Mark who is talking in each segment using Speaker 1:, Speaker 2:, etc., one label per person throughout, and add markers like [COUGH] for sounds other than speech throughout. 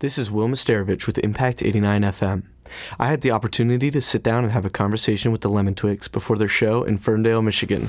Speaker 1: This is Will Mistarovich with Impact 89 FM. I had the opportunity to sit down and have a conversation with the Lemon Twigs before their show in Ferndale, Michigan.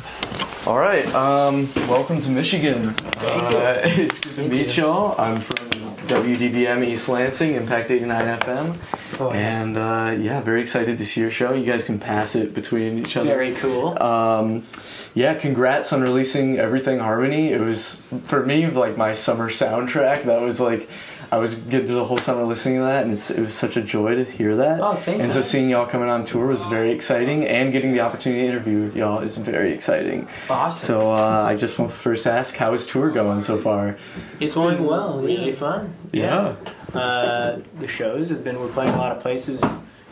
Speaker 1: All right, um, welcome to Michigan. Uh, [LAUGHS] it's good to meet y'all. I'm from WDBM East Lansing, Impact 89 FM.
Speaker 2: Oh, yeah.
Speaker 1: And uh, yeah, very excited to see your show. You guys can pass it between each other.
Speaker 2: Very cool.
Speaker 1: Um, yeah, congrats on releasing Everything Harmony. It was for me like my summer soundtrack. That was like I was good through the whole summer listening to that, and it's, it was such a joy to hear that.
Speaker 2: Oh, thank
Speaker 1: And so
Speaker 2: you.
Speaker 1: seeing y'all coming on tour was very exciting, and getting the opportunity to interview y'all is very exciting.
Speaker 2: Awesome.
Speaker 1: So uh, I just want to first ask, how is tour going so far?
Speaker 2: it's going well. Really fun. Uh, the shows have been. We're playing a lot of places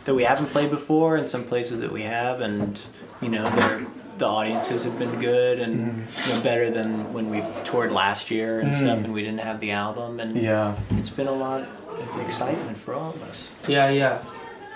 Speaker 2: that we haven't played before, and some places that we have, and you know, they're, the audiences have been good and
Speaker 1: Mm.
Speaker 2: you know, better than when we toured last year and stuff, and we didn't have the album, and
Speaker 1: yeah.
Speaker 2: it's been a lot of excitement for all of us.
Speaker 3: Yeah, yeah.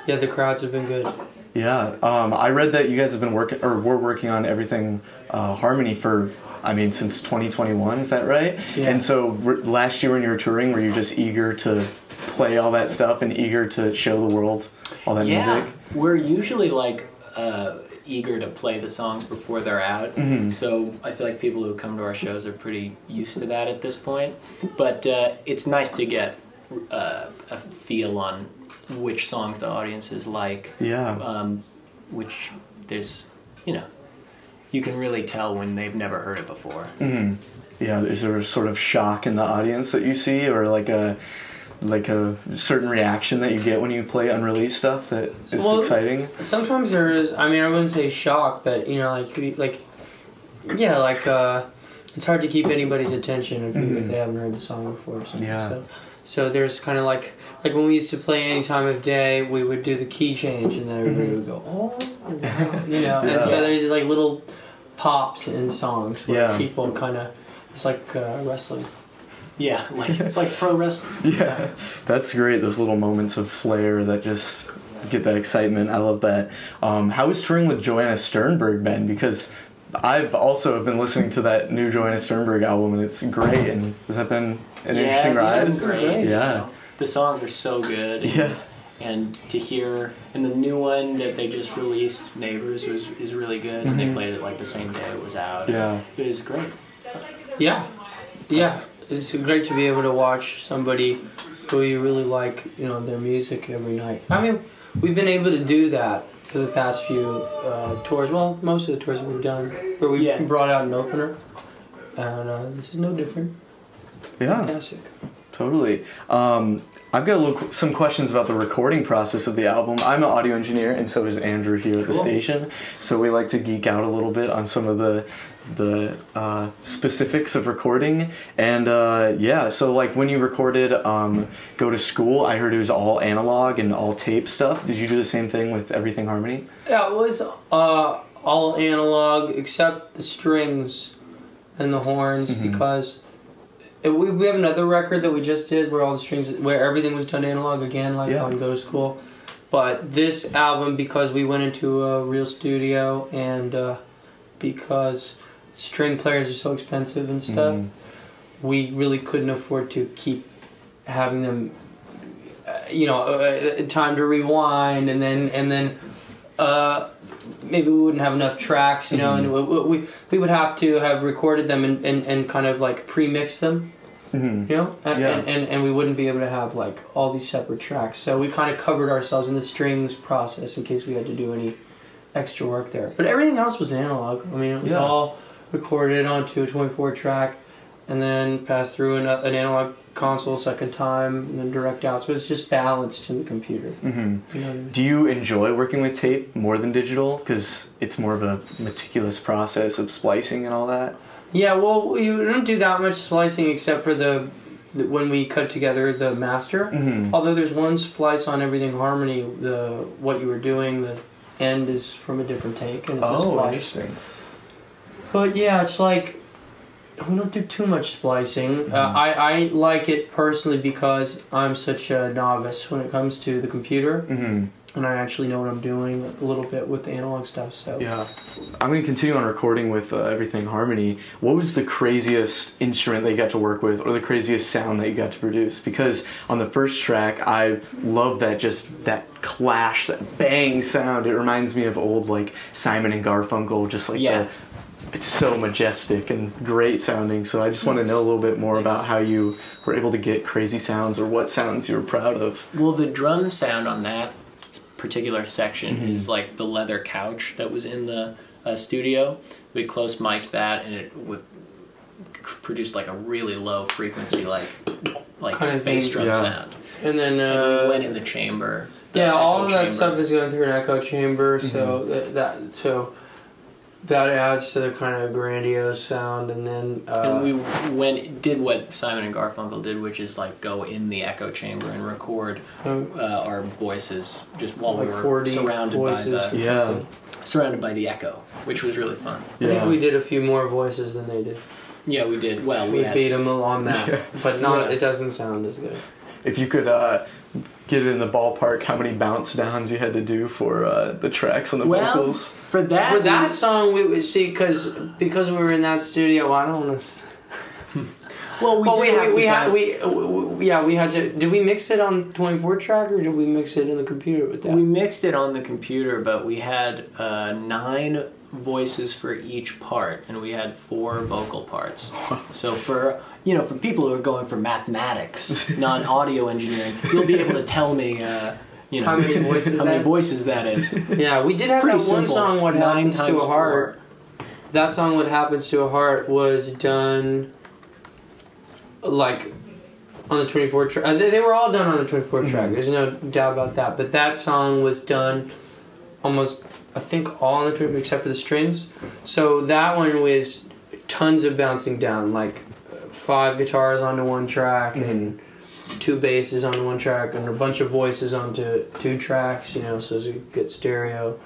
Speaker 3: Yeah, the crowds have been good.
Speaker 1: Yeah, um, I read that you guys have been working or were working on everything uh, Harmony for, I mean, since 2021. Is that right?
Speaker 3: Yeah.
Speaker 1: And so r last year when you were touring, were you just eager to play all that stuff and eager to show the world all that
Speaker 2: yeah,
Speaker 1: music?
Speaker 2: we're usually like uh, eager to play the songs before they're out. So I feel like people who come to our shows are pretty used to that at this point. But uh, it's nice to get uh, a feel on which songs the audiences like,
Speaker 1: Yeah.
Speaker 2: um, which there's, you know, you can really tell when they've never heard it before.
Speaker 1: Yeah. Is there a sort of shock in the audience that you see, or like a like a certain reaction that you get when you play unreleased stuff that is
Speaker 3: Well-
Speaker 1: exciting?
Speaker 3: Sometimes there is. I mean, I wouldn't say shock, but you know, like we- like yeah, like uh, it's hard to keep anybody's attention if, you, if they haven't heard the song before. Or something.
Speaker 1: Mm-hmm. Yeah.
Speaker 3: So, so there's kind of like like when we used to play any time of day, we would do the key change, and then everybody would go, oh, wow," you know. And
Speaker 1: Mm-hmm. Yeah.
Speaker 3: so there's like little pops in songs where
Speaker 1: Yeah.
Speaker 3: people kind of it's like uh, wrestling.
Speaker 2: Yeah, like it's like pro wrestling.
Speaker 1: Yeah, that's great. Those little moments of flair that just get that excitement. I love that. Um, how has touring with Joanna Sternberg been? Because I've also been listening to that new Joanna Sternberg album, and it's great. And has that been an
Speaker 2: yeah,
Speaker 1: interesting
Speaker 2: it's
Speaker 1: ride?
Speaker 2: been great.
Speaker 1: Yeah.
Speaker 2: you know. the songs are so good. and-
Speaker 1: Yeah.
Speaker 2: and to hear and the new one that they just released neighbors was is really good and they played it like the same day it was out
Speaker 1: Mm-hmm. Yeah.
Speaker 2: it was great
Speaker 3: Yeah, yeah. It's great to be able to watch somebody who you really like, you know, their music every night. I mean, we've been able to do that for the past few uh, tours. Well, most of the tours we've done, where we
Speaker 2: Yeah.
Speaker 3: brought out an opener. And uh, this is no different.
Speaker 1: Yeah.
Speaker 3: Fantastic.
Speaker 1: Totally. Um, I've got a little, some questions about the recording process of the album. I'm an audio engineer, and so is Andrew here at the
Speaker 3: Cool.
Speaker 1: station. So we like to geek out a little bit on some of the the uh, specifics of recording. And uh, yeah, so like when you recorded um, "Go to School," I heard it was all analog and all tape stuff. Did you do the same thing with Everything Harmony?
Speaker 3: Yeah, it was uh, all analog except the strings and the horns because it, Uh, we, we have another record that we just did where all the strings where everything was done analog again like
Speaker 1: Yeah.
Speaker 3: on Go to School. But this album because we went into a real studio and uh, because string players are so expensive and stuff,
Speaker 1: Mhm.
Speaker 3: we really couldn't afford to keep having them uh, you know uh, time to rewind and then and then uh, maybe we wouldn't have enough tracks you know and we, we, we would have to have recorded them and, and, and kind of like pre-mix them
Speaker 1: Mhm.
Speaker 3: you know and,
Speaker 1: Yeah.
Speaker 3: and, and, and we wouldn't be able to have like all these separate tracks so we kind of covered ourselves in the strings process in case we had to do any extra work there but everything else was analog i mean it was
Speaker 1: Yeah.
Speaker 3: all recorded onto a 24 track and then passed through an, an analog console second time and then direct out so it's just balanced in the computer
Speaker 1: Mhm.
Speaker 3: you know what I mean?
Speaker 1: Do you enjoy working with tape more than digital? Because it's more of a meticulous process of splicing and all that.
Speaker 3: Yeah, well, you don't do that much splicing except for the, the when we cut together the master.
Speaker 1: Mhm.
Speaker 3: Although there's one splice on everything harmony. The what you were doing, the end is from a different take, and it's a
Speaker 1: oh,
Speaker 3: splice.
Speaker 1: interesting.
Speaker 3: But yeah, it's like we don't do too much splicing.
Speaker 1: Mm-hmm.
Speaker 3: Uh, I, I like it personally because I'm such a novice when it comes to the computer,
Speaker 1: Mm-hmm.
Speaker 3: and I actually know what I'm doing a little bit with the analog stuff. So
Speaker 1: Yeah. I'm going to continue on recording with uh, Everything Harmony. What was the craziest instrument that you got to work with, or the craziest sound that you got to produce? Because on the first track, I love that just that clash, that bang sound. It reminds me of old like Simon and Garfunkel, just like
Speaker 2: Yeah.
Speaker 1: the- it's so majestic and great sounding. So I just want to know a little bit more about how you were able to get crazy sounds, or what sounds you were proud of.
Speaker 2: Well, the drum sound on that particular section
Speaker 1: Mm-hmm.
Speaker 2: is like the leather couch that was in the uh, studio. We close mic'd that, and it would c- produced like a really low frequency, like like
Speaker 3: Kind of
Speaker 2: bass
Speaker 3: thing,
Speaker 2: drum
Speaker 1: yeah.
Speaker 2: sound.
Speaker 3: and then
Speaker 2: and we
Speaker 3: uh,
Speaker 2: went in the chamber. the
Speaker 3: yeah, all
Speaker 2: echo
Speaker 3: of that
Speaker 2: chamber.
Speaker 3: stuff is going through an echo chamber.
Speaker 1: Mm-hmm.
Speaker 3: So that, that so that adds to the kind of grandiose sound, and then uh,
Speaker 2: And we went did what Simon and Garfunkel did, which is like go in the echo chamber and record
Speaker 3: um,
Speaker 2: uh, our voices just while
Speaker 3: like
Speaker 2: we were
Speaker 3: 40
Speaker 2: surrounded
Speaker 3: voices.
Speaker 2: by the
Speaker 1: Yeah.
Speaker 2: surrounded by the echo, which was really fun.
Speaker 3: I think we did a few more voices than they did.
Speaker 2: Yeah, we did. Well, we,
Speaker 3: We
Speaker 2: had
Speaker 3: beat them on that, but not.
Speaker 2: Yeah.
Speaker 3: It doesn't sound as good.
Speaker 1: If you could uh, get it in the ballpark, how many bounce downs you had to do for uh, the tracks on the
Speaker 2: Well,
Speaker 1: vocals?
Speaker 2: for that.
Speaker 3: For that song, we would see because because we were in that studio. I don't want to.
Speaker 2: well, we
Speaker 3: Well, we
Speaker 2: did have
Speaker 3: we, we
Speaker 2: to
Speaker 3: had
Speaker 2: bounce-
Speaker 3: we, we- we- yeah we had to. Did we mix it on twenty four track or did we mix it in the computer with that?
Speaker 2: we mixed it on the computer, but we had uh, nine voices for each part, and we had four vocal parts.
Speaker 3: [LAUGHS]
Speaker 2: So for you know, for people who are going for mathematics, non-audio engineering, you'll be able to tell me. Uh, you know,
Speaker 3: How many voices
Speaker 2: how many
Speaker 3: that is?
Speaker 2: voices that is.
Speaker 3: yeah, we did have that
Speaker 2: Pretty simple.
Speaker 3: one song. What
Speaker 2: Nine
Speaker 3: happens to
Speaker 2: times
Speaker 3: a heart? That song, what happens to a heart, was done like on the twenty four track. They, they were all done on the twenty track. There's no doubt about that. But that song was done almost I think all on the tube except for the strings. So that one was tons of bouncing down, like uh, five guitars onto one track and two basses onto one track and a bunch of voices onto two tracks. You know, so it's a good stereo,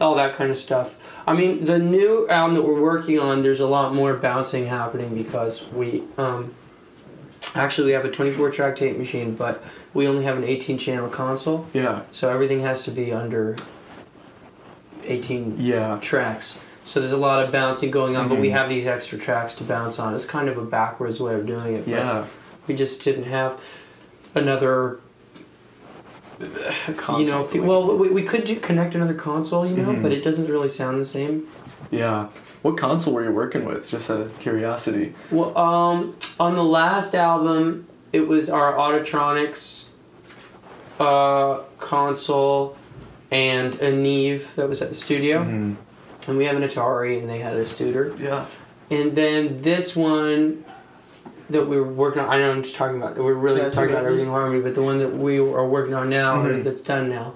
Speaker 3: all that kind of stuff. I mean, the new album that we're working on, there's a lot more bouncing happening because we. Um, Actually, we have a 24 track tape machine, but we only have an 18 channel console.
Speaker 1: Yeah,
Speaker 3: So everything has to be under 18
Speaker 1: yeah,
Speaker 3: tracks. So there's a lot of bouncing going on, but we
Speaker 1: Mhm.
Speaker 3: have these extra tracks to bounce on. It's kind of a backwards way of doing it. but
Speaker 1: yeah.
Speaker 3: We just didn't have another, you know,
Speaker 2: Concept.
Speaker 3: fe- well, we, we could do, connect another console, you know,
Speaker 1: Mhm.
Speaker 3: but it doesn't really sound the same.
Speaker 1: Yeah. What console were you working with? Just out of curiosity.
Speaker 3: Well, um, on the last album, it was our Autotronics uh, console and a Neve that was at the studio.
Speaker 1: Mhm.
Speaker 3: And we have an Atari, and they had a Studer.
Speaker 1: Yeah.
Speaker 3: And then this one that we were working on, I know I'm just talking about, we're really
Speaker 2: That's
Speaker 3: talking about
Speaker 2: okay.
Speaker 3: everything in harmony, but the one that we are working on now, or
Speaker 1: Mhm.
Speaker 3: that's done now,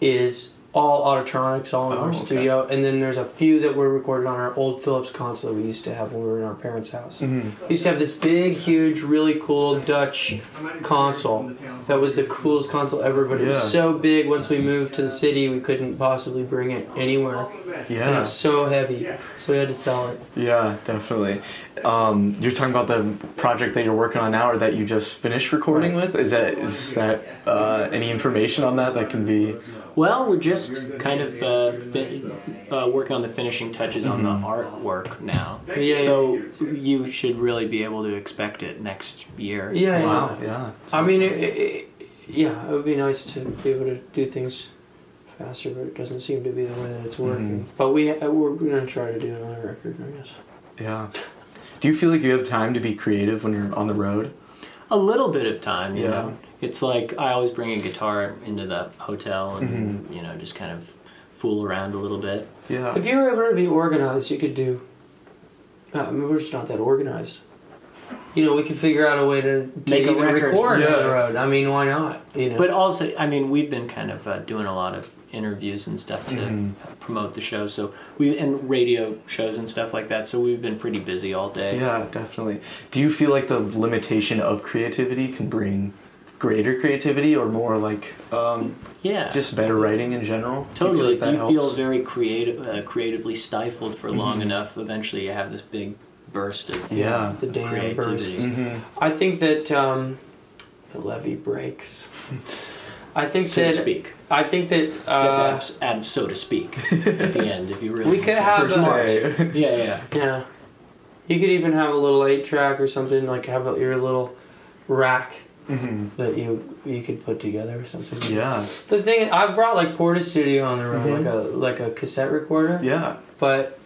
Speaker 3: is all Autotronics, all in
Speaker 1: Oh,
Speaker 3: our
Speaker 1: okay.
Speaker 3: studio. And then there's a few that were recorded on our old Philips console that we used to have when we were in our parents' house.
Speaker 1: Mhm.
Speaker 3: We used to have this big, huge, really cool Dutch console. That was the coolest console ever, but it
Speaker 1: Yeah.
Speaker 3: was so big. Once we moved to the city, we couldn't possibly bring it anywhere. And
Speaker 1: Yeah.
Speaker 3: it's so heavy, so we had to sell it.
Speaker 1: Yeah, definitely. Um, you're talking about the project that you're working on now, or that you just finished recording with. Is that is that uh, any information on that that can be?
Speaker 2: Well, we're just kind of uh, fin- uh, working on the finishing touches on the artwork now.
Speaker 3: Mm-hmm. Yeah,
Speaker 2: so you should really be able to expect it next year.
Speaker 3: Yeah,
Speaker 1: Wow. Yeah.
Speaker 3: I mean, it, it, it- yeah, it would be nice to be able to do things faster, but it doesn't seem to be the way that it's working.
Speaker 1: Mm-hmm.
Speaker 3: But we uh, we're gonna try to do another record, I guess.
Speaker 1: Yeah. Do you feel like you have time to be creative when you're on the road?
Speaker 2: A little bit of time, you
Speaker 1: Yeah.
Speaker 2: know. It's like I always bring a guitar into the hotel and
Speaker 1: Mm-hmm.
Speaker 2: you know just kind of fool around a little bit.
Speaker 1: Yeah.
Speaker 3: If you were able to be organized, you could do. Uh, I mean, we're just not that organized. You know, we could figure out a way to, to
Speaker 2: Make a
Speaker 3: even
Speaker 2: record.
Speaker 3: record on
Speaker 1: Yeah.
Speaker 3: the road. I mean, why not? You know,
Speaker 2: But also, I mean, we've been kind of uh, doing a lot of interviews and stuff to
Speaker 1: Mm-hmm.
Speaker 2: promote the show. So we and radio shows and stuff like that. So we've been pretty busy all day.
Speaker 1: Yeah, definitely. Do you feel like the limitation of creativity can bring greater creativity or more like um,
Speaker 2: Yeah.
Speaker 1: just better writing in general? Do
Speaker 2: Totally.
Speaker 1: You feel like
Speaker 2: if
Speaker 1: that
Speaker 2: you feel
Speaker 1: helps? Mm-hmm.
Speaker 2: very creative, uh, creatively stifled for long enough, eventually you have this big
Speaker 4: burst of
Speaker 3: Yeah. The dam bursts.
Speaker 4: creativity.
Speaker 1: Mm-hmm.
Speaker 3: I think that um, the
Speaker 1: [LAUGHS]
Speaker 3: levee breaks. I think
Speaker 4: So to
Speaker 3: that
Speaker 4: speak.
Speaker 3: I think that
Speaker 4: You have to
Speaker 3: uh,
Speaker 4: add- add so to
Speaker 3: [LAUGHS]
Speaker 4: speak at the end if you really
Speaker 3: we
Speaker 4: want
Speaker 3: could
Speaker 4: to.
Speaker 2: Uh,
Speaker 3: have a,
Speaker 1: [LAUGHS]
Speaker 4: yeah yeah
Speaker 3: yeah. You could even have a little eight track or something like have your little rack
Speaker 1: Mhm.
Speaker 3: that you you could put together or something.
Speaker 1: Yeah.
Speaker 3: The thing I brought like Porta Studio on the road, like a like a cassette recorder,
Speaker 1: Yeah.
Speaker 3: but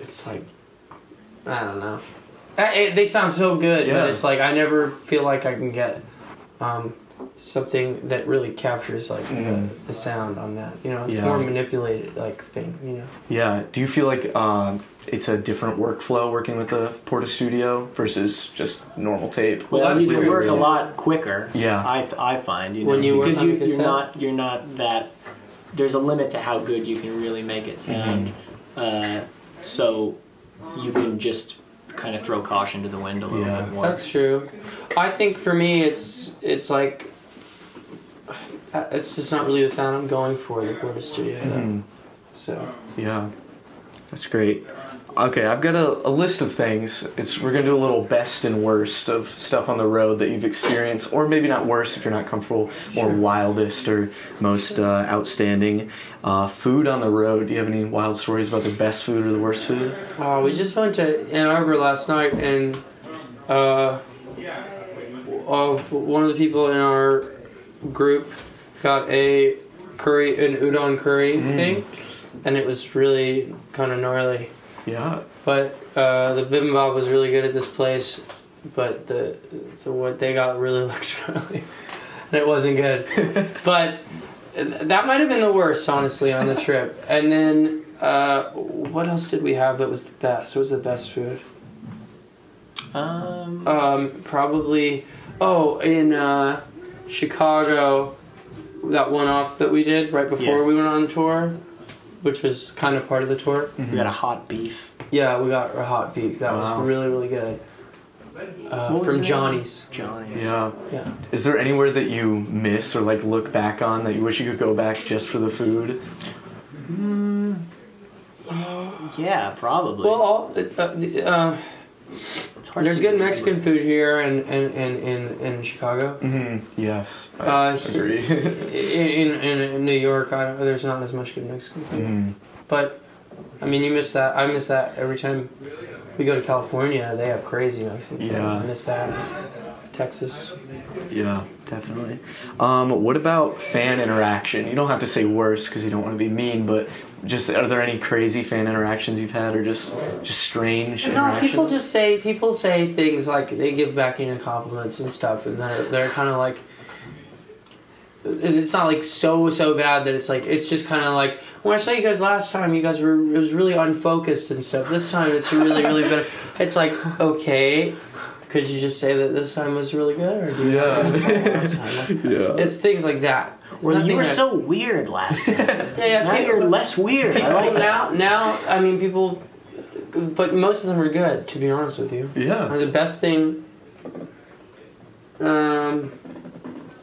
Speaker 3: it's like I don't know. I, it, they sound so good,
Speaker 1: Yeah.
Speaker 3: but it's like I never feel like I can get um, something that really captures like
Speaker 1: Mhm.
Speaker 3: the, the sound on that. You know, it's
Speaker 1: Yeah.
Speaker 3: more manipulated like thing. You know,
Speaker 1: Yeah. Do you feel like um, it's a different workflow working with the Porta Studio versus just normal tape?
Speaker 3: Well,
Speaker 2: Well,
Speaker 3: that's
Speaker 2: you
Speaker 3: true,
Speaker 2: can work a
Speaker 3: yeah.
Speaker 2: lot quicker.
Speaker 1: Yeah.
Speaker 2: I, I find you know,
Speaker 3: When you work
Speaker 2: because
Speaker 3: on a
Speaker 2: you, you're
Speaker 3: cassette?
Speaker 2: not you're not that. There's a limit to how good you can really make it sound.
Speaker 1: Mm-hmm.
Speaker 2: Uh, so you can just kind of throw caution to the wind a little
Speaker 1: Yeah.
Speaker 2: bit more.
Speaker 3: that's true. I think for me, it's it's like uh, it's just not really the sound I'm going for the Porta Studio. though.
Speaker 1: Mhm.
Speaker 3: So.
Speaker 1: Yeah. That's great. Okay, I've got a, a list of things. It's we're gonna do a little best and worst of stuff on the road that you've experienced, or maybe not worst if you're not comfortable, or wildest or most uh, outstanding. Uh, food on the road. Do you have any wild stories about the best food or the worst food?
Speaker 3: Uh, we just went to Ann Arbor last night, and uh, uh, one of the people in our group got a curry, an udon curry thing, and it was really kind of gnarly.
Speaker 1: Yeah.
Speaker 3: But uh, the bibimbap was really good at this place, but the, the what they got really [LAUGHS] looked gnarly, and it wasn't good. but th- that might have been the worst, honestly, on the trip. And then uh, what else did we have that was the best? What was the best food?
Speaker 2: Um,
Speaker 3: Um, probably. Oh, in uh, Chicago, that one off that we did right before
Speaker 2: Yeah.
Speaker 3: we went on tour, which was kind of part of the tour.
Speaker 1: Mm-hmm.
Speaker 2: we got a hot beef.
Speaker 3: Yeah, we got a hot beef. That
Speaker 1: Wow.
Speaker 3: was really, really good.
Speaker 2: What
Speaker 3: Uh,
Speaker 2: was
Speaker 3: from
Speaker 2: it?
Speaker 3: Johnny's.
Speaker 2: Johnny's.
Speaker 1: Yeah.
Speaker 3: Yeah.
Speaker 1: Is there anywhere that you miss or like look back on that you wish you could go back just for the food?
Speaker 2: Yeah, probably.
Speaker 3: Well, all, uh, uh,
Speaker 2: it's
Speaker 3: uh,
Speaker 2: hard
Speaker 3: there's
Speaker 2: to
Speaker 3: good
Speaker 2: remember.
Speaker 3: Mexican food here and in, in, in, in Chicago.
Speaker 1: Mm-hmm. Yes. I
Speaker 3: Uh, he-
Speaker 1: agree.
Speaker 3: In, in, in New York, I don't, there's not as much good Mexican food.
Speaker 1: Mhm.
Speaker 3: But, I mean, you miss that. I miss that every time we go to California. They have crazy Mexican food.
Speaker 1: Yeah.
Speaker 3: I miss that. Texas.
Speaker 1: Yeah, definitely. Um, what about fan interaction? You don't have to say worse because you don't want to be mean, but just are there any crazy fan interactions you've had, or just just strange
Speaker 3: No,
Speaker 1: interactions?
Speaker 3: people just say people say things like they give back in compliments and stuff, and they're they're kind of like. it- It's not like so so bad that it's like it's just kind of like when I saw you guys last time, you guys were it was really unfocused and stuff. This time it's really really better. It's like okay, could you just say that this time was really good? Or do you
Speaker 1: Yeah. [LAUGHS]
Speaker 3: have to say that last time?
Speaker 1: yeah.
Speaker 3: It's things like that. It's
Speaker 2: Well, you
Speaker 3: nothing
Speaker 2: were
Speaker 3: that-
Speaker 2: so weird last time.
Speaker 3: yeah, yeah,
Speaker 2: now
Speaker 3: [LAUGHS] people-
Speaker 2: you're less weird. I
Speaker 3: well,
Speaker 2: [LAUGHS] like that.
Speaker 3: now, now, I mean, people, but most of them are good. To be honest with you,
Speaker 1: Yeah.
Speaker 3: Uh, the best thing. Um,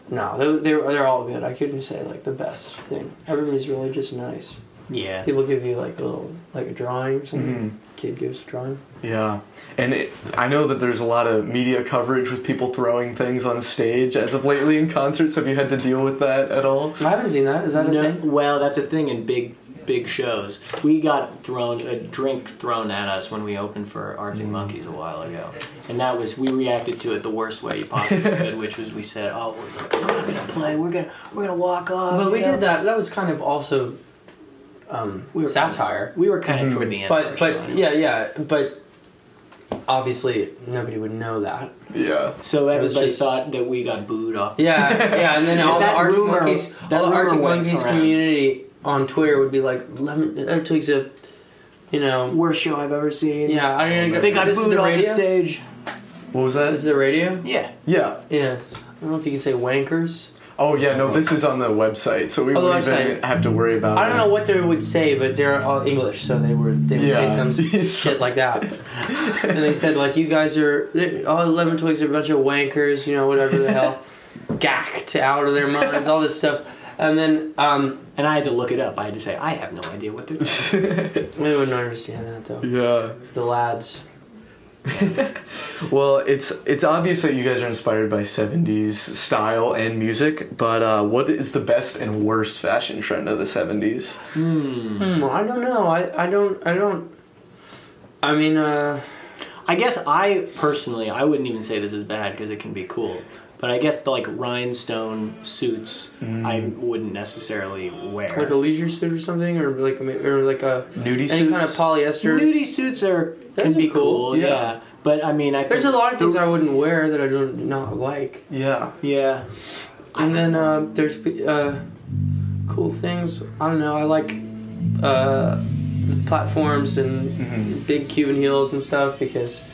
Speaker 3: no, they, they're they're all good. I couldn't say like the best thing. Everybody's really just nice.
Speaker 2: Yeah.
Speaker 3: People give you like a little like a drawing or something.
Speaker 2: Mm-hmm.
Speaker 1: Mhm.
Speaker 3: Kid gives a drawing.
Speaker 1: Yeah, and it, I know that there's a lot of media coverage with people throwing things on stage as of lately in concerts. Have you had to deal with that at all?
Speaker 3: I haven't seen that. Is that a
Speaker 2: No,
Speaker 3: thing?
Speaker 2: well, that's a thing in big, big shows. We got thrown a drink thrown at us when we opened for Arctic
Speaker 3: Hmm.
Speaker 2: Monkeys a while ago, and that was we reacted to it the worst way you possibly could,
Speaker 3: [LAUGHS]
Speaker 2: which was we said, "Oh, we're, we're not gonna play. We're gonna we're gonna walk off."
Speaker 3: But we
Speaker 2: you know?
Speaker 3: did that. That was kind of also um,
Speaker 2: We were-
Speaker 3: satire.
Speaker 2: We were kind of toward the end. of our
Speaker 3: But
Speaker 2: show.
Speaker 3: but yeah yeah but obviously nobody would know that.
Speaker 1: Yeah.
Speaker 2: so everybody
Speaker 3: just-
Speaker 2: thought that we got booed off. The [LAUGHS]
Speaker 3: Yeah, yeah, and then all the
Speaker 2: That
Speaker 3: Arctic
Speaker 2: rumor-
Speaker 3: Monkeys,
Speaker 2: that
Speaker 3: all the
Speaker 2: rumor
Speaker 3: Arctic
Speaker 2: went
Speaker 3: Monkeys
Speaker 2: around.
Speaker 3: community on Twitter would be like, "Lemon uh, Twigs of, you know,
Speaker 2: worst show I've ever seen.
Speaker 3: yeah, I didn't go,
Speaker 2: they got
Speaker 3: this is
Speaker 2: booed
Speaker 3: the
Speaker 2: off the
Speaker 3: radio.
Speaker 2: stage.
Speaker 1: What was
Speaker 3: This is
Speaker 1: that?
Speaker 3: the radio.
Speaker 2: Yeah,
Speaker 1: Yeah.
Speaker 3: Yeah, I don't know if you can say wankers.
Speaker 1: Oh yeah. No, this is on the website, so we
Speaker 3: Oh, the
Speaker 1: won't even
Speaker 3: website.
Speaker 1: have to worry about.
Speaker 3: I don't
Speaker 1: it.
Speaker 3: know what they would say, but they're all English, so they were they would
Speaker 1: Yeah.
Speaker 3: say
Speaker 2: [LAUGHS]
Speaker 3: some shit like that. and they said like, "You guys are they- all the lemon twigs are a bunch of wankers, you know, whatever
Speaker 2: [LAUGHS]
Speaker 3: the hell, gacked out of their minds, all this stuff." And then um,
Speaker 2: and I had to look it up. I had to say I have no idea what they're. doing.
Speaker 3: they wouldn't understand that though.
Speaker 1: Yeah.
Speaker 3: The lads.
Speaker 1: Well, it's it's obvious that you guys are inspired by 70s style and music, but uh, what is the best and worst fashion trend of the 70s?
Speaker 3: Hmm, I don't know. I, I don't I don't. I mean, uh,
Speaker 2: I guess I personally, I wouldn't even say this is bad because it can be cool. But I guess the like rhinestone suits, I wouldn't necessarily wear.
Speaker 3: like a leisure suit or something, or like a, ma- or like a
Speaker 1: Nudie
Speaker 3: any
Speaker 1: suits?
Speaker 3: kind of polyester.
Speaker 2: nudie suits are can
Speaker 3: Those
Speaker 2: be
Speaker 3: are cool,
Speaker 2: cool.
Speaker 1: yeah.
Speaker 2: yeah. but I mean, I
Speaker 3: There's a
Speaker 2: think
Speaker 3: lot of things
Speaker 2: the-
Speaker 3: I wouldn't wear that I don't not like.
Speaker 1: yeah.
Speaker 2: yeah,
Speaker 3: And then uh, there's uh, cool things. I don't know. I like uh, the platforms and
Speaker 1: Mm-hmm.
Speaker 3: big Cuban heels and stuff because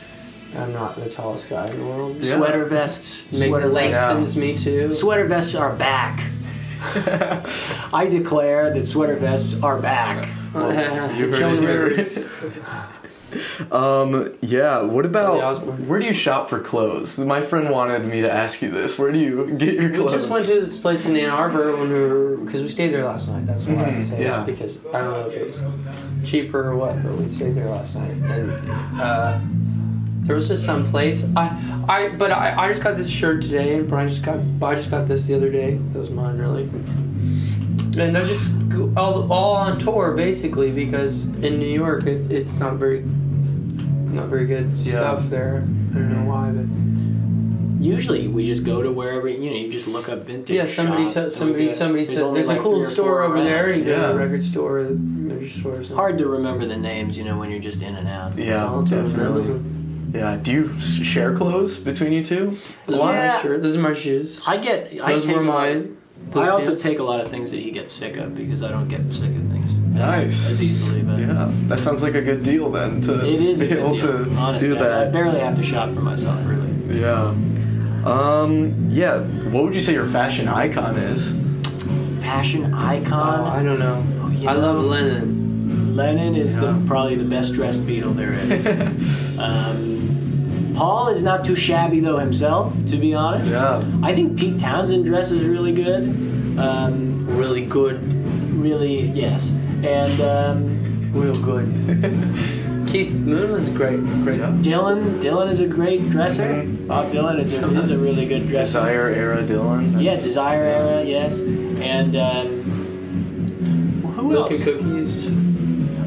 Speaker 3: I'm not the tallest guy in the world.
Speaker 1: Yeah.
Speaker 2: sweater vests,
Speaker 3: Make
Speaker 2: sweater vests.
Speaker 3: Langston's me too.
Speaker 2: Sweater vests are back. I declare that sweater vests are back.
Speaker 1: you heard
Speaker 3: [LAUGHS] Joan
Speaker 1: it here.
Speaker 3: Rivers.
Speaker 1: Um, yeah, what
Speaker 3: Billy
Speaker 1: about
Speaker 3: Osborne.
Speaker 1: where do you shop for clothes? My friend wanted me to ask you this. Where do you [LAUGHS] get your
Speaker 3: We
Speaker 1: clothes?
Speaker 3: just went to this place in Ann Arbor when we were because we stayed there last night. That's why I
Speaker 1: Mhm,
Speaker 3: say
Speaker 1: yeah.
Speaker 3: that because I don't know if it was cheaper or what, but we stayed there last night and uh, there was just some place. I I but I, I just got this shirt today and Brian just got I just got this the other day. That was mine really. And I just go- all, all on tour basically because in New York it, it's not very not very good stuff there. I don't
Speaker 1: Mm-hmm.
Speaker 3: know why, but
Speaker 2: Usually, we just go to wherever you know. You just look up vintage.
Speaker 3: Yeah, somebody
Speaker 2: shop,
Speaker 3: t-
Speaker 2: and
Speaker 3: somebody
Speaker 2: we get-
Speaker 3: somebody says
Speaker 2: only
Speaker 3: there's
Speaker 2: like
Speaker 3: a
Speaker 2: three
Speaker 3: cool
Speaker 2: or
Speaker 3: store
Speaker 2: four
Speaker 3: over there.
Speaker 2: around.
Speaker 3: You go to
Speaker 1: Yeah.
Speaker 3: a record store, a record store. Or something.
Speaker 2: Hard to remember the names, you know, when you're just in and out.
Speaker 1: Yeah, definitely. Yeah. Do you s- share clothes between you two?
Speaker 3: This is my
Speaker 2: Yeah.
Speaker 3: shirt. This is my shoes.
Speaker 2: I get. I
Speaker 3: Those
Speaker 2: take
Speaker 3: were
Speaker 2: a lot-
Speaker 3: my. those
Speaker 2: I also
Speaker 3: pants.
Speaker 2: take a lot of things that he gets sick of because I don't get sick of things
Speaker 1: Nice.
Speaker 2: as, as easily. But
Speaker 1: Yeah, that sounds like a good deal then to
Speaker 2: it is
Speaker 1: be
Speaker 2: a good
Speaker 1: able
Speaker 2: deal.
Speaker 1: to
Speaker 2: Honestly,
Speaker 1: do
Speaker 2: I
Speaker 1: that.
Speaker 2: barely have to shop for myself really.
Speaker 1: Yeah. Um, yeah, what would you say your fashion icon is?
Speaker 2: Fashion
Speaker 3: Oh,
Speaker 2: icon.
Speaker 3: I don't know.
Speaker 2: Oh, yeah.
Speaker 3: I love Lennon.
Speaker 2: Lennon is
Speaker 1: Yeah.
Speaker 2: the, probably the best dressed Beatle there
Speaker 1: [LAUGHS]
Speaker 2: is. um, Paul is not too shabby though himself, to be honest.
Speaker 1: Yeah.
Speaker 2: I think Pete Townsend dresses really good. Um,
Speaker 3: Really good.
Speaker 2: really, yes. And um, [LAUGHS]
Speaker 3: Real good. Keith Moon was great. Great.
Speaker 1: Yeah.
Speaker 2: Dylan, Dylan is a great dresser.
Speaker 3: Mm-hmm.
Speaker 1: Mhm.
Speaker 2: Bob Dylan is a, is a really good dresser.
Speaker 1: Desire era Dylan. That's-
Speaker 2: Yeah, Desire Era, yes. And um, who
Speaker 3: Milk and
Speaker 2: else?
Speaker 3: cookies.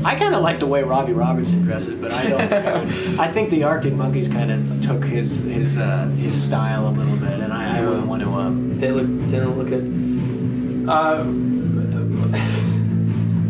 Speaker 2: I kind of like the way Robbie Robertson dresses, but I don't.
Speaker 3: [LAUGHS]
Speaker 2: think I, would, I think the Arctic Monkeys kind of took his his uh, his style a little bit, and I, I wouldn't want to. Um,
Speaker 3: They look. They don't look good. Uh, [LAUGHS]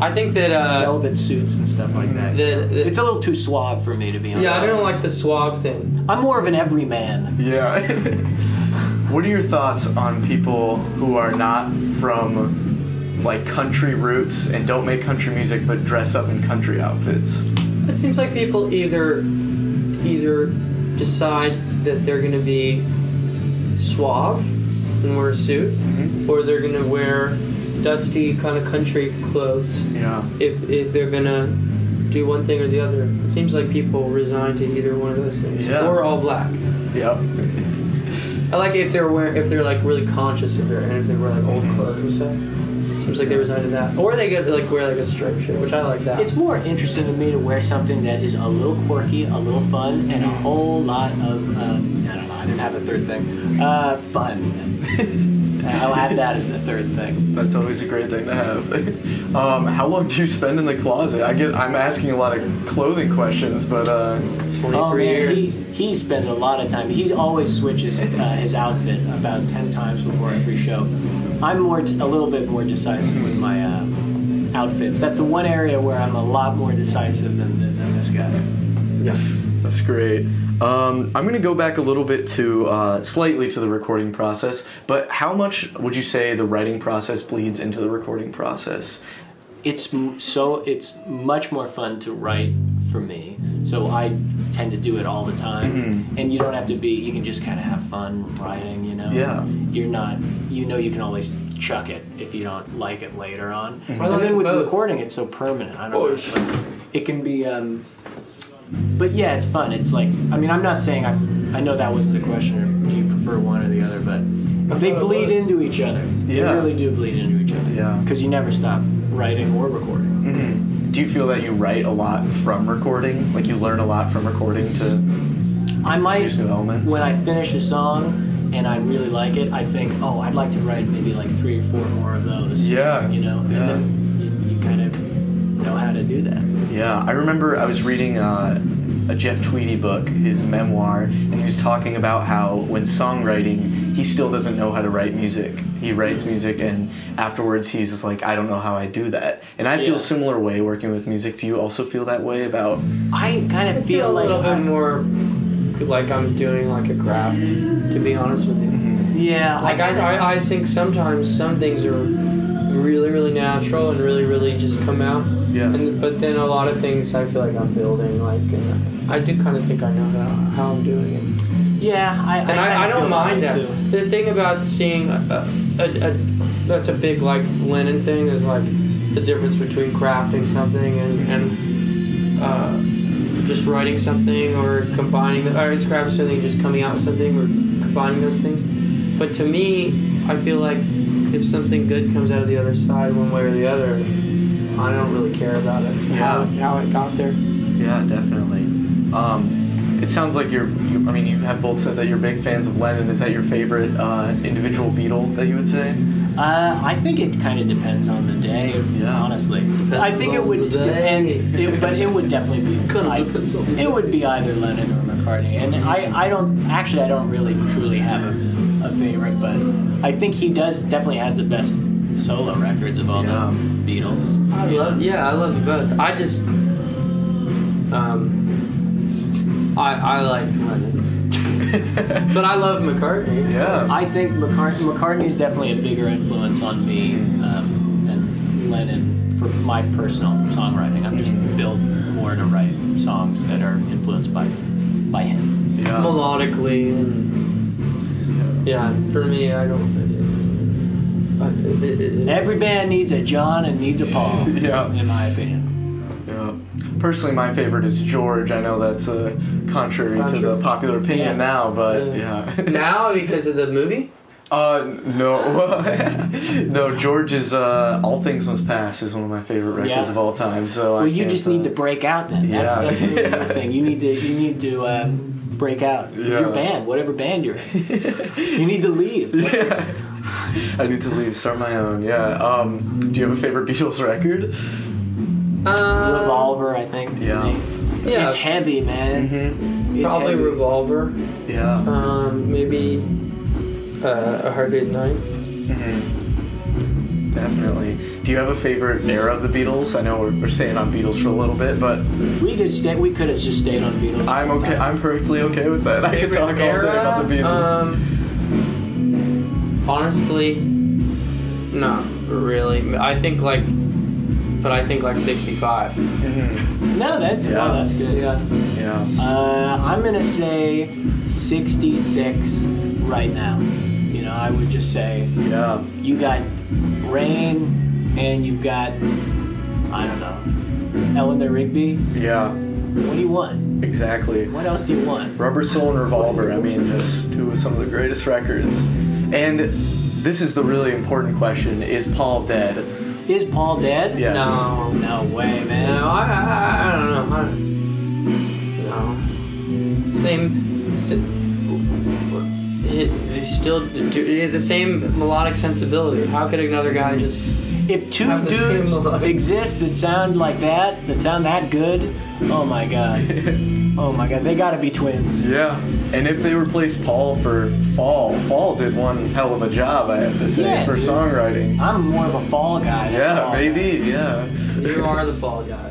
Speaker 3: I think that. Uh,
Speaker 2: velvet suits and stuff like that.
Speaker 3: The- the-
Speaker 2: it's a little too suave for me to be honest.
Speaker 3: yeah, I don't like the suave thing.
Speaker 2: I'm more of an everyman.
Speaker 1: Yeah. [LAUGHS] what are your thoughts on people who are not from like country roots and don't make country music but dress up in country outfits?
Speaker 3: It seems like people either either decide that they're going to be suave and wear a suit,
Speaker 2: Mm-hmm.
Speaker 3: or they're going to wear dusty kind of country clothes.
Speaker 1: Yeah.
Speaker 3: If if they're going to do one thing or the other, it seems like people resign to either one of those things,
Speaker 1: Yeah.
Speaker 3: or all black.
Speaker 1: Yep.
Speaker 3: I like if they're wearing if they're like really conscious of their and if they wear like old clothes and stuff. It seems like they resign to that, or they get like wear like a striped shirt, which I like that.
Speaker 2: It's more interesting to me to wear something that is a little quirky, a little fun, and a whole lot of um, I don't know. I didn't have the third thing. Uh, fun. [LAUGHS] I'll add that as the third thing.
Speaker 1: That's always a great thing to have. [LAUGHS] um, how long do you spend in the closet? I get I'm asking a lot of clothing questions, but uh
Speaker 3: Twenty three
Speaker 2: Oh man,
Speaker 3: years.
Speaker 2: he he spends a lot of time. He always switches uh, his outfit about ten times before every show. I'm more a little bit more decisive with my uh, outfits. That's the one area where I'm a lot more decisive than than, than this guy.
Speaker 1: Yeah, that's great. Um, I'm going to go back a little bit to uh, slightly to the recording process, but how much would you say the writing process bleeds into the recording process?
Speaker 2: It's m- so it's much more fun to write for me. So I tend to do it all the time,
Speaker 1: Mm-hmm.
Speaker 2: and you don't have to be. You can just kind of have fun writing. You know.
Speaker 1: Yeah.
Speaker 2: You're not. You know you can always chuck it if you don't like it later on.
Speaker 1: Mm-hmm.
Speaker 3: I like
Speaker 2: and then with
Speaker 3: both.
Speaker 2: recording, it's so permanent. I
Speaker 3: Oh,
Speaker 2: don't
Speaker 3: sh-
Speaker 2: know. Like, it can be, um, but yeah, it's fun. It's like, I mean, I'm not saying I, I know that wasn't the question. Or do you prefer one or the other?
Speaker 3: I
Speaker 2: But they
Speaker 3: thought it
Speaker 2: bleed
Speaker 3: was.
Speaker 2: into each other.
Speaker 1: Yeah.
Speaker 2: They really do bleed into each other.
Speaker 1: Yeah.
Speaker 2: Because you never stop writing or recording.
Speaker 1: Do you feel that you write a lot from recording? Like you learn a lot from recording to
Speaker 2: I might
Speaker 1: Introduce new elements.
Speaker 2: when I finish a song and I really like it, I think, oh, I'd like to write maybe like three or four more of those.
Speaker 1: Yeah,
Speaker 2: You know,
Speaker 1: yeah.
Speaker 2: and then you, you kind of know how to do that.
Speaker 1: Yeah, I remember I was reading uh, a Jeff Tweedy book, his memoir, and he was talking about how when songwriting, he still doesn't know how to write music. He writes music, and afterwards he's just like, I don't know how I do that. And I feel
Speaker 2: Yeah.
Speaker 1: a similar way working with music. Do you also feel that way about?
Speaker 2: I kind
Speaker 3: I
Speaker 2: of
Speaker 3: feel
Speaker 2: feel
Speaker 3: a
Speaker 2: like
Speaker 3: little bit
Speaker 2: I'm-
Speaker 3: more like I'm doing like a craft, to be honest with you.
Speaker 2: Yeah,
Speaker 3: Like I, I, I think sometimes some things are really, really natural and really, really just come out.
Speaker 1: Yeah.
Speaker 3: And but then a lot of things I feel like I'm building. Like and I do kind of think I know how, how I'm doing it.
Speaker 2: yeah, I
Speaker 3: And
Speaker 2: kinda
Speaker 3: I, I
Speaker 2: feel
Speaker 3: don't mind
Speaker 2: that
Speaker 3: that.
Speaker 2: too.
Speaker 3: The thing about seeing a, a, a, that's a big like Lennon thing is like the difference between crafting something and, and uh, just writing something or combining the, or just crafting something just coming out with something or combining those things. But to me, I feel like if something good comes out of the other side one way or the other, I don't really care about it. How, how it got there.
Speaker 1: Yeah, definitely. Um, it sounds like you're. You, I mean, you have both said that you're big fans of Lennon. Is that your favorite uh, individual Beatle that you would say? [LAUGHS]
Speaker 2: Uh, I think it kind of depends on the day.
Speaker 1: Yeah.
Speaker 2: honestly, I think it
Speaker 3: on
Speaker 2: would
Speaker 3: the day.
Speaker 2: depend, it, but it would definitely be.
Speaker 3: Kinda
Speaker 2: I-
Speaker 3: depends on the
Speaker 2: it would be either Lennon or McCartney, and I, I don't actually I don't really truly have a, a favorite, but I think he does definitely has the best solo records of all
Speaker 1: Yeah.
Speaker 2: the Beatles.
Speaker 3: I love yeah, I love you both. I just um I I like Lennon. but I love McCartney.
Speaker 1: Yeah.
Speaker 2: I think McCartney McCartney is definitely a bigger influence on me um, than Lennon for my personal songwriting. I'm just
Speaker 1: Mm-hmm.
Speaker 2: built more to write songs that are influenced by by him.
Speaker 1: yeah.
Speaker 3: Melodically and yeah, for me I don't I- it- it- it-
Speaker 2: Every band needs a John and needs a Paul,
Speaker 1: [LAUGHS] Yeah.
Speaker 2: in my opinion.
Speaker 1: Yeah. Personally, my favorite is George. I know that's uh, contrary to the
Speaker 3: Contrary.
Speaker 1: popular opinion
Speaker 2: Yeah.
Speaker 1: now, but
Speaker 3: Yeah.
Speaker 1: yeah.
Speaker 2: [LAUGHS]
Speaker 3: now because of the movie?
Speaker 1: [LAUGHS] uh, no, [LAUGHS] no. George is uh, "All Things Must Pass" is one of my favorite records
Speaker 2: Yeah.
Speaker 1: of all time. So I
Speaker 2: Well, you
Speaker 1: can't,
Speaker 2: just
Speaker 1: uh, [LAUGHS]
Speaker 2: need to break out then. That's,
Speaker 1: Yeah.
Speaker 2: that's really the thing. You need to you need to um, break out. of
Speaker 1: Yeah.
Speaker 2: Your band, whatever band you're
Speaker 1: [LAUGHS]
Speaker 2: in, you need to leave.
Speaker 1: I need to leave. Start my own. Yeah. Um, do you have a favorite [LAUGHS] Beatles record?
Speaker 3: Uh,
Speaker 2: Revolver, I think. for
Speaker 1: Yeah.
Speaker 2: me.
Speaker 3: yeah,
Speaker 2: It's heavy, man.
Speaker 1: Mm-hmm.
Speaker 2: It's
Speaker 3: probably
Speaker 2: heavy.
Speaker 3: Revolver.
Speaker 1: Yeah.
Speaker 2: Uh.
Speaker 3: Um, maybe uh, A Hard Day's Night.
Speaker 1: hmm Definitely. Do you have a favorite era of the Beatles? I know we're, we're staying on Beatles for a little bit, but
Speaker 2: We could stay. We could have just stayed on Beatles.
Speaker 1: I'm
Speaker 2: all
Speaker 1: okay.
Speaker 2: time.
Speaker 1: I'm perfectly okay with that. I could
Speaker 3: Favorite
Speaker 1: talk all day
Speaker 3: era?
Speaker 1: about the Beatles.
Speaker 3: Um, honestly, not really. I think like, but I think like 65.
Speaker 1: Mhm.
Speaker 2: No, that's
Speaker 1: Yeah.
Speaker 2: wow, that's good. Yeah.
Speaker 1: Yeah.
Speaker 2: Uh, I'm gonna say 66 right now. You know, I would just say
Speaker 1: Yeah.
Speaker 2: you got rain and you've got I don't know Eleanor Rigby.
Speaker 1: Yeah.
Speaker 2: What do you want?
Speaker 1: Exactly.
Speaker 2: What else do you want?
Speaker 1: Rubber Soul and Revolver. I mean, just two of some of the greatest records. And this is the really important question: Is Paul dead?
Speaker 2: Is Paul dead?
Speaker 1: Yes.
Speaker 3: No,
Speaker 2: No way, man.
Speaker 3: no, I, I, I don't know. I, no, same. same they still do he had the same melodic sensibility. How could another guy just?
Speaker 2: If two
Speaker 3: Have the same
Speaker 2: dudes
Speaker 3: lines.
Speaker 2: exist that sound like that, that sound that good, oh my
Speaker 1: [LAUGHS]
Speaker 2: god. oh my god, they gotta be twins.
Speaker 1: Yeah. And if they replace Paul for Fall, Fall did one hell of a job, I have to say,
Speaker 2: Yeah,
Speaker 1: for
Speaker 2: dude.
Speaker 1: songwriting.
Speaker 2: I'm more of a fall guy. than a
Speaker 1: Yeah,
Speaker 2: Paul guy.
Speaker 1: maybe. Yeah.
Speaker 3: You are the fall guy.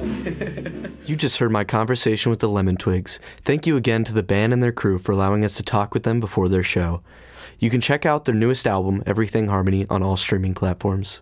Speaker 1: You just heard my conversation with the Lemon Twigs. Thank you again to the band and their crew for allowing us to talk with them before their show. You can check out their newest album, Everything Harmony, on all streaming platforms.